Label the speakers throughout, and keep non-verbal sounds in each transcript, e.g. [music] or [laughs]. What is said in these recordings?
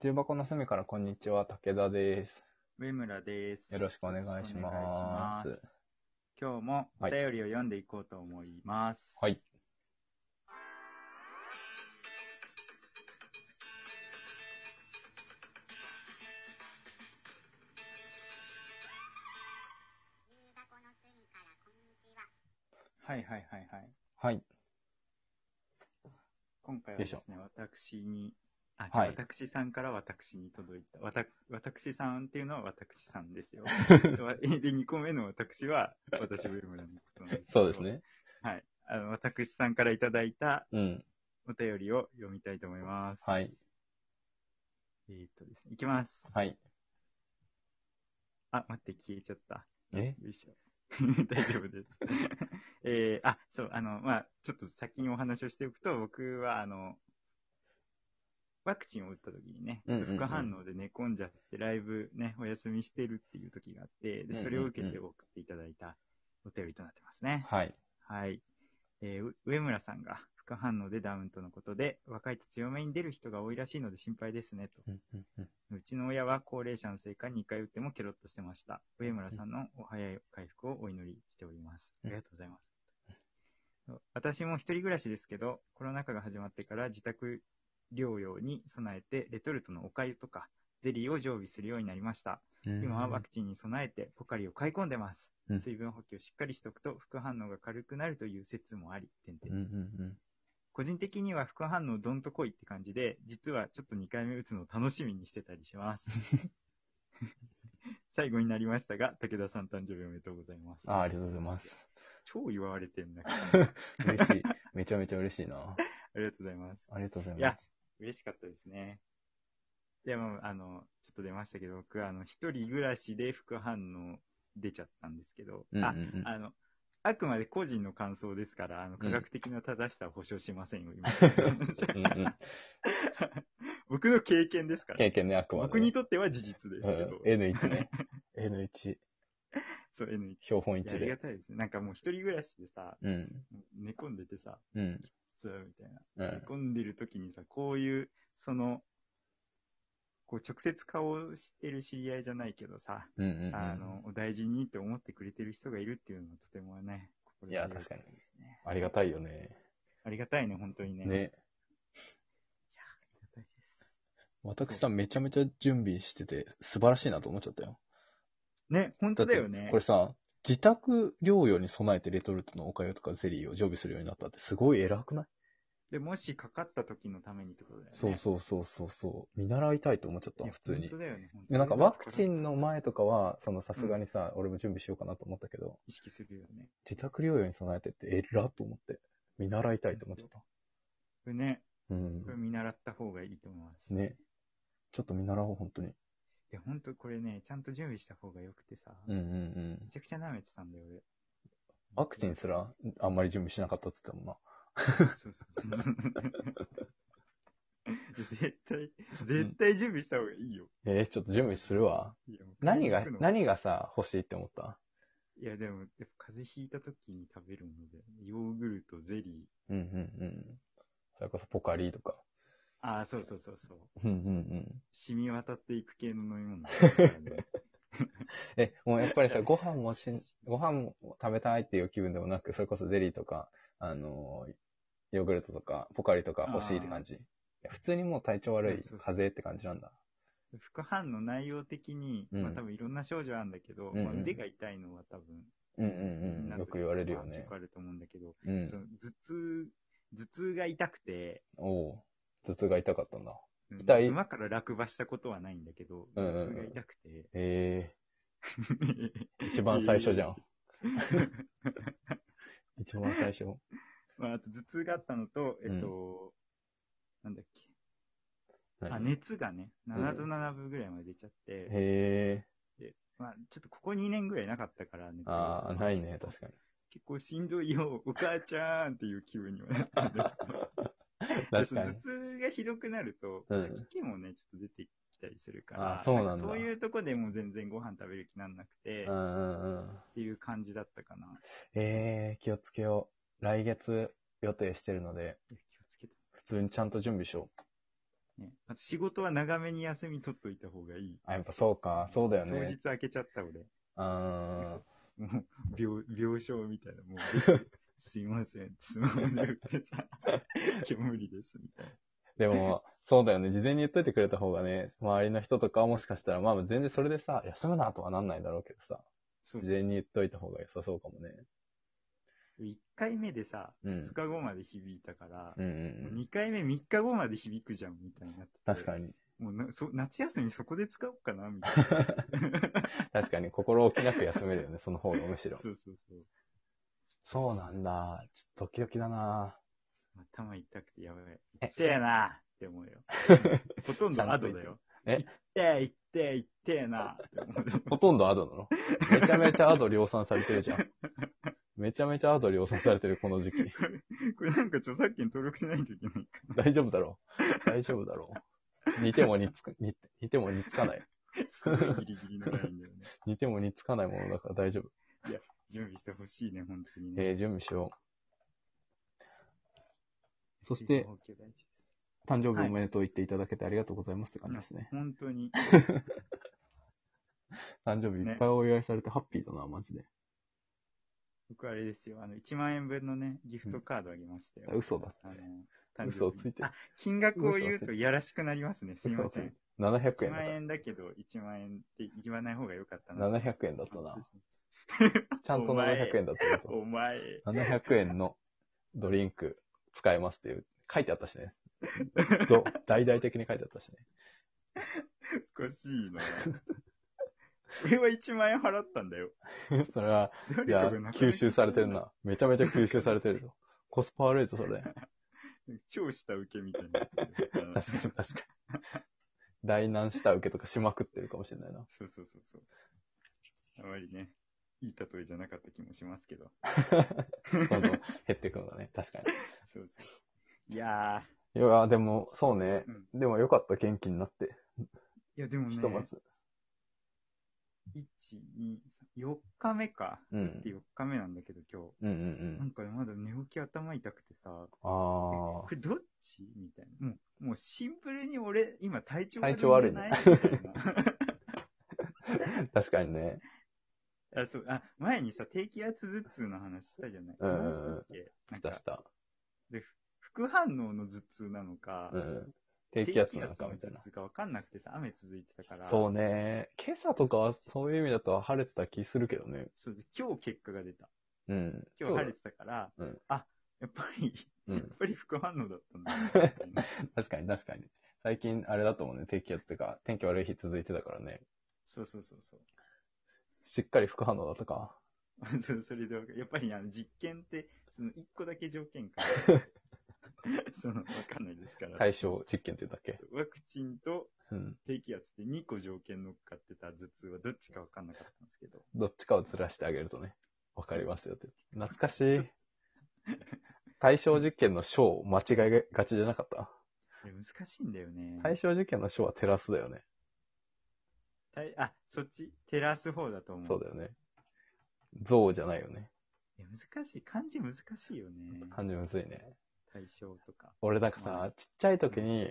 Speaker 1: 中箱の隅からこんにちは、武田です。
Speaker 2: 上村です。
Speaker 1: よろしくお願いし
Speaker 2: よろくお願
Speaker 1: ま。
Speaker 2: いしますす今日もお
Speaker 1: はい
Speaker 2: 便りを読んでいこうと思います。
Speaker 1: はい。
Speaker 2: はいはいはいはい。
Speaker 1: はい。
Speaker 2: 今回は
Speaker 1: よ
Speaker 2: で
Speaker 1: いしょ
Speaker 2: すね、私に、あ、
Speaker 1: はい
Speaker 2: じゃあ私さんから私に届いた。わた、私さんっていうのは私さん
Speaker 1: [laughs]
Speaker 2: ですよ。わで、2個目の私は、私、上村のことなんですけど
Speaker 1: そうです。ね。
Speaker 2: はい。あの、私さんからいただいた
Speaker 1: うん。
Speaker 2: お便りを読みたいと思います。
Speaker 1: はい。
Speaker 2: えーっとですね、いきます。
Speaker 1: はい。
Speaker 2: あ、待って、消えちゃった。
Speaker 1: え
Speaker 2: よい [laughs] しょ。大丈夫です。 [laughs] えー、あ、そう、あの、まあ、ちょっと先にお話をしておくと、僕は、あの、ワクチンを打った時にね、ちょっと
Speaker 1: うんうんう
Speaker 2: 副
Speaker 1: ん
Speaker 2: 反応で寝込んじゃって、ライブね、お休みしてるっていう時があって、で、それを受けて送っていただいたお便りとなってますね。
Speaker 1: はい。
Speaker 2: はい。えーう上村さんが副反応でダウンとのことで、若いと強めに出る人が多いらしいので心配ですね、と。うちの親は高齢者のせいか2回打ってもケロッとしてました。上村さんのお早い回復をお祈りしております。
Speaker 1: う
Speaker 2: あ
Speaker 1: ん
Speaker 2: りがとうございます。私も一人暮らしですけど、コロナ禍が始まってから自宅療養に備えて、レトルトのお粥とかゼリーを常備するようになりました。今はワクチンに備えてポカリを買い込んでます
Speaker 1: うん。
Speaker 2: 水分補給をしっかりしておくと副反応が軽くなるという説もあり、てんてん
Speaker 1: うんうん
Speaker 2: 個人的には副反応どんとこいって感じで、実はちょっと2回目打つのを楽しみにしてたり
Speaker 1: [laughs]
Speaker 2: します。最後になりましたが、武田さん誕生日おめでとうございます。
Speaker 1: うん。あありがとうございます。
Speaker 2: 超祝われて
Speaker 1: [laughs]
Speaker 2: んな。あ
Speaker 1: 嬉
Speaker 2: [laughs]
Speaker 1: しい。めちゃめちゃ嬉しいな。
Speaker 2: りがとうございます。
Speaker 1: ありがとうござい
Speaker 2: い
Speaker 1: ま
Speaker 2: や
Speaker 1: す。、
Speaker 2: 嬉しかったですね。いや、まあ、あの、ちょっと出ましたけど、僕、あの、一人暮らしで副反応出ちゃったんですけど、
Speaker 1: うんうん
Speaker 2: あ、
Speaker 1: うん
Speaker 2: あの、あくまで個人の感想ですから、あの、科学的な正しさは保証しませんよ、
Speaker 1: [laughs]
Speaker 2: 今。
Speaker 1: うんうん
Speaker 2: 僕の経験ですから。
Speaker 1: 経験ね、あくまで。
Speaker 2: 僕にとっては事実ですけど、
Speaker 1: うん N1
Speaker 2: [laughs]
Speaker 1: ね。N1、
Speaker 2: そう、N1。
Speaker 1: 標本
Speaker 2: いやあ
Speaker 1: 1
Speaker 2: りが
Speaker 1: で。
Speaker 2: たいですね。なんかもう一人暮らしでさ、
Speaker 1: うん。
Speaker 2: 寝込んでてさ、
Speaker 1: うん。
Speaker 2: そうみたいな。
Speaker 1: う
Speaker 2: 寝
Speaker 1: ん。
Speaker 2: 込んでる時にさ、こういう、その、こう直接顔を知ってる知り合いじゃないけどさ、
Speaker 1: うんうんうん。
Speaker 2: あの、お大事にって思ってくれてる人がいるっていうのはとてもね、心強ったですね。
Speaker 1: ありがたいよね。
Speaker 2: ありがたいね、本当にね。
Speaker 1: ね。
Speaker 2: ありがたいです。
Speaker 1: 私さんめちゃめちゃ準備してて素晴らしいなと思っちゃったよ。
Speaker 2: ね、本当だよね
Speaker 1: これ。さ、自宅療養に備えてレトルトのおかゆとかゼリーを常備するようになったってすごい偉くない、
Speaker 2: で、もしかかった時のためにってことだよね。
Speaker 1: そうそうそうそうそう。見習いたいと思っちゃった
Speaker 2: い
Speaker 1: の、
Speaker 2: や
Speaker 1: 普通に
Speaker 2: 本当。だよね。本当
Speaker 1: で
Speaker 2: に
Speaker 1: なんかワクチンの前とかは、そのさすがにさ、俺も準備しようかなと思ったけど、
Speaker 2: 意識するよね。
Speaker 1: 自宅療養に備えてって偉っと思って、見習いたいと思っちゃった。
Speaker 2: これね、
Speaker 1: うん
Speaker 2: こ。れ見習った方がいいと思います。
Speaker 1: ね。ちょっと見習おう、本当に。
Speaker 2: いや、ほんとこれね、ちゃんと準備した方がよくてさ、
Speaker 1: うんうんうん
Speaker 2: め。ちゃくちゃ舐めてたんだよ、俺。
Speaker 1: ワクチンすらあんまり準備しなかったって言ってたもんな。
Speaker 2: そうそうそう。 [laughs] 絶対、絶対準備した方がいいよ。
Speaker 1: えーちょっと準備するわ。
Speaker 2: いやもう
Speaker 1: 何が
Speaker 2: 買いに行、くの
Speaker 1: 何がさ、欲しいって思った
Speaker 2: いや、でも、やっぱ風邪ひいた時に食べるもので、ヨーグルト、ゼリー。
Speaker 1: うんうんうん。それこそポカリとか。
Speaker 2: ああ、そうそうそうそう。
Speaker 1: うんうんうん。
Speaker 2: 染み渡っていく系の飲み
Speaker 1: [laughs]
Speaker 2: 物だ [laughs] からね。
Speaker 1: え、もうやっぱりさ、ご飯もしん、ご飯も食べたいっていう気分でもなく、それこそゼリーとか、あのーヨーグルトとか、ポカリとか欲しいって感じ。いや普通にもう体調悪い
Speaker 2: うんそうそう
Speaker 1: 風邪って感じなんだ。
Speaker 2: 副反応内容的に、
Speaker 1: うん
Speaker 2: まあ多分いろんな症状あるんだけど、
Speaker 1: うんうん
Speaker 2: まあ、腕が痛いのは多分、
Speaker 1: うん
Speaker 2: み
Speaker 1: うんんう。
Speaker 2: なん
Speaker 1: よく言われるよ
Speaker 2: 結
Speaker 1: ね
Speaker 2: 構。あると思うんだけど、
Speaker 1: うん
Speaker 2: そ。の頭痛、頭痛が痛くて、
Speaker 1: おう頭痛が痛かったんだ。
Speaker 2: うん
Speaker 1: 痛い
Speaker 2: 馬から落馬したことはないんだけど、
Speaker 1: うん
Speaker 2: 頭
Speaker 1: うんうん
Speaker 2: 痛が痛くて、
Speaker 1: ええ一番最初じゃ [laughs] ん。一番最初。
Speaker 2: [laughs] まあ、あと頭痛があったのと、えっと、なんだっけ、あ、
Speaker 1: 何。
Speaker 2: 熱がね、7度7分ぐらいまで出ちゃって、
Speaker 1: へえ。
Speaker 2: まあ、ちょっとここ2年ぐらいなかったから、熱が
Speaker 1: ああ、ないね、確かに。
Speaker 2: 結構しんどいよ、お母ちゃんっていう気分にはなったんだけど。
Speaker 1: [laughs]
Speaker 2: で
Speaker 1: 確
Speaker 2: そ
Speaker 1: か
Speaker 2: の
Speaker 1: に
Speaker 2: 頭。痛がひどくなると、
Speaker 1: うん
Speaker 2: 吐き気もね、ちょっと出てきたりするか
Speaker 1: あ
Speaker 2: ら、
Speaker 1: そうなんだ
Speaker 2: かそういうとこでもう全然ご飯食べる気なんなくて、
Speaker 1: う
Speaker 2: っ
Speaker 1: んうんうん。
Speaker 2: ていう感じだったかな。
Speaker 1: ええ気をつけよう。来月予定してるので、
Speaker 2: いや気をつけて。
Speaker 1: 普通にちゃんと準備しよ
Speaker 2: ね、あと仕事は長めに休み取っといた方がいい。
Speaker 1: あ、やっぱそうか。そうだよ
Speaker 2: 当
Speaker 1: ね
Speaker 2: 日。開けちゃった俺。
Speaker 1: あ
Speaker 2: もう病病床みたいな、もう
Speaker 1: [laughs]
Speaker 2: 出て、すいません、スマホで打ってさ、今日無理です、みたいな。
Speaker 1: ーでも、そうだよね。事前に言っといてくれた方がね、周りの人とかはもしかしたら、まあ全然それでさ、休むなとはなんないだろうけどさ、
Speaker 2: そ
Speaker 1: 事前に言っといた方が良さそうかもね。
Speaker 2: 1回目でさ、
Speaker 1: うん
Speaker 2: 2日後まで響いたから、
Speaker 1: うん
Speaker 2: も
Speaker 1: う
Speaker 2: うん
Speaker 1: うん。
Speaker 2: 2回目、3日後まで響くじゃん、みたいになってて
Speaker 1: 確かに。
Speaker 2: もうなそ夏休みそこで使おうかな、
Speaker 1: [laughs]
Speaker 2: みたい
Speaker 1: 確かに心置きなく休めるよね、その方がむし
Speaker 2: な。
Speaker 1: ろ。
Speaker 2: そうそうそう。
Speaker 1: そうなんだ。ちょっとドキドキだな
Speaker 2: 頭痛くてやばい。痛えなって思
Speaker 1: [laughs]
Speaker 2: うよ。ほとんどアドだよ。
Speaker 1: え
Speaker 2: 痛え、痛え、痛えなって思う。 [laughs]
Speaker 1: ほとんどアドなのめちゃめちゃアド量産されてるじゃん。めちゃめちゃアド量産されてる、この時期。
Speaker 2: これなんか著作権登録しないとい
Speaker 1: [laughs]
Speaker 2: けないか
Speaker 1: 大丈夫だろう。大丈夫だろう。似ても似つく、似似ても似つかない。
Speaker 2: ら。すごいギリギリのラインだよね。
Speaker 1: 似ても似つかないものだから大丈夫。
Speaker 2: 準備してほしいね、本当にね。
Speaker 1: えー、準備しよう。そし
Speaker 2: 水
Speaker 1: て
Speaker 2: 分、補給大事です
Speaker 1: 誕生日おめでとう言っていただけてありがとうございますって感じですね。
Speaker 2: 本当に。
Speaker 1: 誕生日いっぱいお祝いされてハッピーだな、マジで。
Speaker 2: 僕あれですよ、あの、1万円分のね、ギフトカードあげましたよ。
Speaker 1: 嘘だ。
Speaker 2: あの、誕生日に
Speaker 1: 嘘をついてる
Speaker 2: あ、金額を言う
Speaker 1: 嘘をつ
Speaker 2: とやらしくなりますね。すいません。
Speaker 1: 700
Speaker 2: 1
Speaker 1: 円だ
Speaker 2: 万
Speaker 1: っ
Speaker 2: 円だけど、1万円って言わない方が良かっ
Speaker 1: た。
Speaker 2: たな。
Speaker 1: 700円だったな。ちゃんと
Speaker 2: お前
Speaker 1: 700円だったぞ。
Speaker 2: お前、
Speaker 1: 700円のドリンク使えますっていう、書いてあったし
Speaker 2: [laughs]
Speaker 1: ね。そう、大々的に書いてあったしね。
Speaker 2: おかしいな。 [laughs] 俺は1万円払ったんだよ。
Speaker 1: [laughs] それは、い
Speaker 2: 誰
Speaker 1: や、
Speaker 2: かがなかなか
Speaker 1: 吸収されてる。な。めちゃめちゃ吸収されてるぞ。コスパ悪いぞ、それ。
Speaker 2: 超下請けみたいな。
Speaker 1: [laughs] 確かに確かに。
Speaker 2: [laughs]
Speaker 1: 大難下受けとかしまくってるかもしれない
Speaker 2: [laughs]
Speaker 1: な。
Speaker 2: そうそうそうそう。あまりね、いい例えじゃなかった気もしますけど。
Speaker 1: どんどん減っていくのがね、確か
Speaker 2: そうそう。いや
Speaker 1: に。いや、でも、そうね
Speaker 2: ー、う。ん。
Speaker 1: でもよかった、元気になって。
Speaker 2: いや、でもね、
Speaker 1: ひとまず。
Speaker 2: 1、2、3、4日目か。
Speaker 1: うん
Speaker 2: で、4日目なんだけど、今
Speaker 1: うんうんう
Speaker 2: 日。なん
Speaker 1: ん。
Speaker 2: かねまだ寝起き頭痛くてさ、
Speaker 1: あ
Speaker 2: これどっちみたいな。もう、もうシンプルに俺、今体調
Speaker 1: 体調悪い
Speaker 2: んじゃ
Speaker 1: ね
Speaker 2: ないみたいな。
Speaker 1: あ、確かにね。
Speaker 2: あ、そう、あ、前にさ、低気圧頭痛の話したじゃない。
Speaker 1: うんうんうん
Speaker 2: 何したっけなん
Speaker 1: した
Speaker 2: か
Speaker 1: し、た。
Speaker 2: で、ふ副反応の頭痛なのか、
Speaker 1: うん。低気圧なのかみたい
Speaker 2: 低気圧の
Speaker 1: な
Speaker 2: 頭。痛か分かんなくてさ、雨続いてたから。
Speaker 1: そうね。今朝とかはそういう意味だと晴れてた気するけどね。
Speaker 2: そうで今日結果が出た。
Speaker 1: うん。
Speaker 2: 今日晴れてたから、
Speaker 1: うん
Speaker 2: あ、やっぱり、
Speaker 1: う
Speaker 2: やっ
Speaker 1: ん。
Speaker 2: ぱり副反応だったんだなみたい
Speaker 1: [laughs]
Speaker 2: な。
Speaker 1: 確かに確かに。最近あれだと思うね。低気圧とか天気悪い日続いてたからね。
Speaker 2: そうそうそうそう。
Speaker 1: しっかり副反応だったか。
Speaker 2: [laughs] そうそれで分かる、やっぱりあの実験って、その一個だけ条件
Speaker 1: [laughs]
Speaker 2: から、その、わかんないですから。
Speaker 1: 対象実験って言うんだっけ。
Speaker 2: ワクチンと
Speaker 1: うん。
Speaker 2: 低気圧って2個条件乗っかってた頭痛はどっちか分かんなかったんですけど。
Speaker 1: どっちかをずらしてあげるとね。わかりますよって。懐かしい。対象実験の章を間違えがちじゃなかった。
Speaker 2: あれ難しいんだよね。
Speaker 1: 対象実験の章はテラスだよね。
Speaker 2: 対あ、そっち照らす方だと思う。
Speaker 1: そうだよね。像じゃないよね。
Speaker 2: いや難しい。漢字難しいよね。
Speaker 1: 感じむずいね。
Speaker 2: 対象とか。
Speaker 1: 俺なんか
Speaker 2: は
Speaker 1: さ、ちっちゃい時に、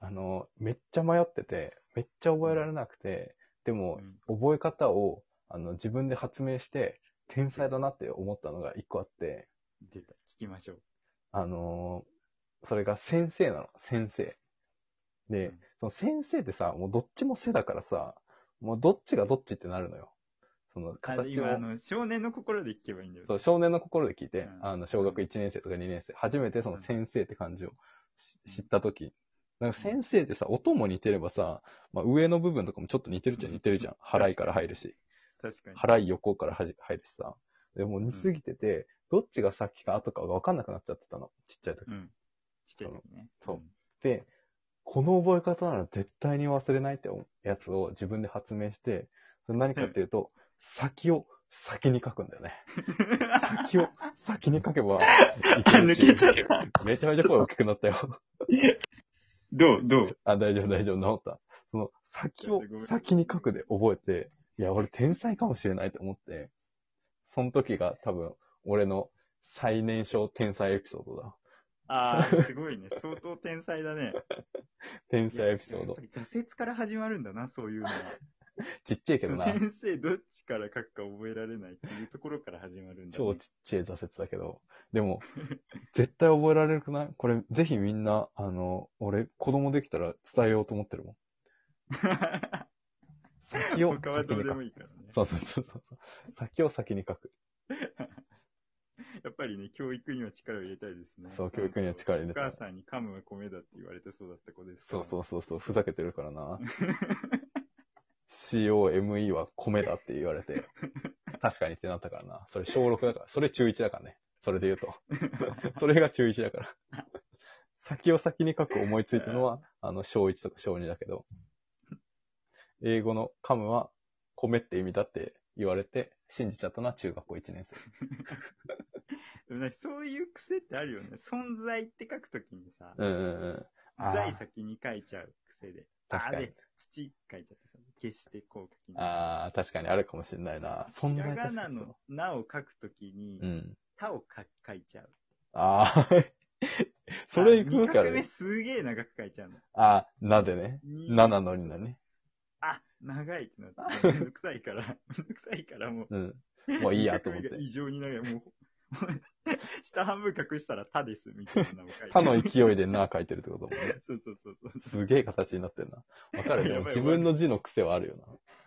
Speaker 1: あの、めっちゃ迷ってて、めっちゃ覚えられなくて、でも
Speaker 2: う、ん
Speaker 1: 覚え方を、あの、自分で発明して、天才だなって思ったのが一個あって、
Speaker 2: 出た。聞きましょう。
Speaker 1: あのーそれが先生なの、先生。で、
Speaker 2: うん
Speaker 1: その先生ってさ、もうどっちも背だからさ、もうどっちがどっちってなるのよ。その
Speaker 2: あ
Speaker 1: 形を
Speaker 2: 今、あ。の、少年の心で聞けばいいんだよ。
Speaker 1: そう、少年の心で聞いて、
Speaker 2: うん
Speaker 1: あの、小学1年生とか2年生、初めてその先生って感じをし知ったとき、なんか先生ってさ、音も似てればさ、まあ、上の部分とかもちょっと似てるっちゃ似てるじゃん。払いから入るし、
Speaker 2: 確かに。
Speaker 1: 払い横からはじ入るしさ。でもう似すぎてて、どっちが先か後かが分かんなくなっちゃってたの、ちっちゃい時。
Speaker 2: うん。ちっちゃい時ね。。
Speaker 1: そうんで、この覚え方なら絶対に忘れないってやつを自分で発明して、それ何かっていうと、先を先に書くんだよね。先を先に書
Speaker 2: [laughs]
Speaker 1: けば、
Speaker 2: 抜けちゃった。
Speaker 1: めちゃめちゃ声大きくなったよ。
Speaker 2: [laughs] どうどう
Speaker 1: あ、大丈夫大丈夫、治った。その、先を先に書くで覚えて、いや、俺天才かもしれないと思って、その時が多分、俺の最年少天才エピソードだ。
Speaker 2: ああ、すごいね。
Speaker 1: [laughs]
Speaker 2: 相当天才だね。
Speaker 1: 天才エピソード
Speaker 2: い。ややっぱり挫折から始まるんだな、そういうのは。
Speaker 1: ちっちゃいけどな
Speaker 2: そ。の先生どっちから書くか覚えられないっていうところから始まるんだ、ね。
Speaker 1: 超ちっちゃい挫折だけど。でも、 [laughs] 絶対覚えられるくないこれ、ぜひみんな、あの、俺、子供できたら伝えようと思ってる
Speaker 2: [laughs]
Speaker 1: もん。先を
Speaker 2: 他は
Speaker 1: 先
Speaker 2: どう
Speaker 1: に
Speaker 2: で
Speaker 1: 書
Speaker 2: も
Speaker 1: く。
Speaker 2: いいからね。
Speaker 1: そうそうそうそう。先を先に書く。
Speaker 2: やっぱりね、教育には力を入れたいですね。
Speaker 1: そう教育には力を入れたい
Speaker 2: お母さんに噛むは米だって言われてそうだった子です。
Speaker 1: そうそうそうそう、ふざけてるからな。COME は米だって言われて、確かにってなったからな。それ小6だから、それ中1だからね。それで言うと。それが中1だから。先を先に書く思いついたのは、あの、小1とか小2だけど、英語の噛むは米って意味だって言われて、信じちゃったのは中学校1年生。
Speaker 2: でもなんかそういう癖ってあるよね。存在って書くときにさ、
Speaker 1: うんうんうん。あー
Speaker 2: 在先に書いちゃう癖で。
Speaker 1: 確か
Speaker 2: あ
Speaker 1: に
Speaker 2: で。、土書いちゃってさ、消してこう書きま
Speaker 1: ああ、確かにあるかもしれないな。
Speaker 2: す。
Speaker 1: 存
Speaker 2: ひら
Speaker 1: 在
Speaker 2: が
Speaker 1: 確か
Speaker 2: な
Speaker 1: にそう
Speaker 2: のなを書くときに
Speaker 1: う、ん。
Speaker 2: たを書書いちゃう。
Speaker 1: ああ、 [laughs] それ行くから
Speaker 2: あ二画目
Speaker 1: ね。
Speaker 2: すげえ長く書いちゃうの。
Speaker 1: あ、なでね。
Speaker 2: に
Speaker 1: ななのにだ。
Speaker 2: そうそう
Speaker 1: ね。
Speaker 2: あ、長いって
Speaker 1: [laughs]
Speaker 2: なって、めんどくさいから、めんどくさいからもう。
Speaker 1: うん。もういいやと思っ
Speaker 2: 二画目 [laughs]
Speaker 1: て
Speaker 2: が。異常に長い。もう、もう下半分隠したら他です、みたいなのを書いてある
Speaker 1: 他の勢いでな書いてるってことだもんね。
Speaker 2: [laughs] そうそうそうそう。
Speaker 1: すげえ形になってるな。わかる。で
Speaker 2: や
Speaker 1: も
Speaker 2: ばい
Speaker 1: 自分の字の癖はあるよな。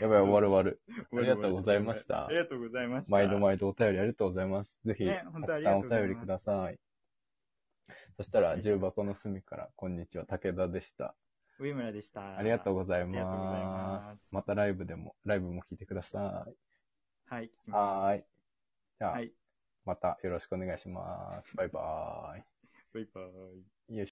Speaker 1: やばい、終わる終わる。ありがとうございました
Speaker 2: ありがとうございました。
Speaker 1: 毎度毎度お便りありがとうございます。ぜひ、
Speaker 2: ね
Speaker 1: た
Speaker 2: 本当あ
Speaker 1: く
Speaker 2: り
Speaker 1: さ
Speaker 2: が
Speaker 1: んお
Speaker 2: とうございます
Speaker 1: 便りください。そしたら、
Speaker 2: よいしょ
Speaker 1: 重箱の隅から、こんにちは、武田でした。
Speaker 2: 上村でした。
Speaker 1: ありがとうござい
Speaker 2: ありがとうござい
Speaker 1: ま
Speaker 2: ます
Speaker 1: す。またライブでも、ライブも聞いてくださ
Speaker 2: はい、聞き
Speaker 1: い。
Speaker 2: ま
Speaker 1: はーい。じ
Speaker 2: す。
Speaker 1: ゃあ
Speaker 2: は、い、
Speaker 1: またよろしくお願いします。バイバーイ。
Speaker 2: バイバイ。
Speaker 1: よいしょ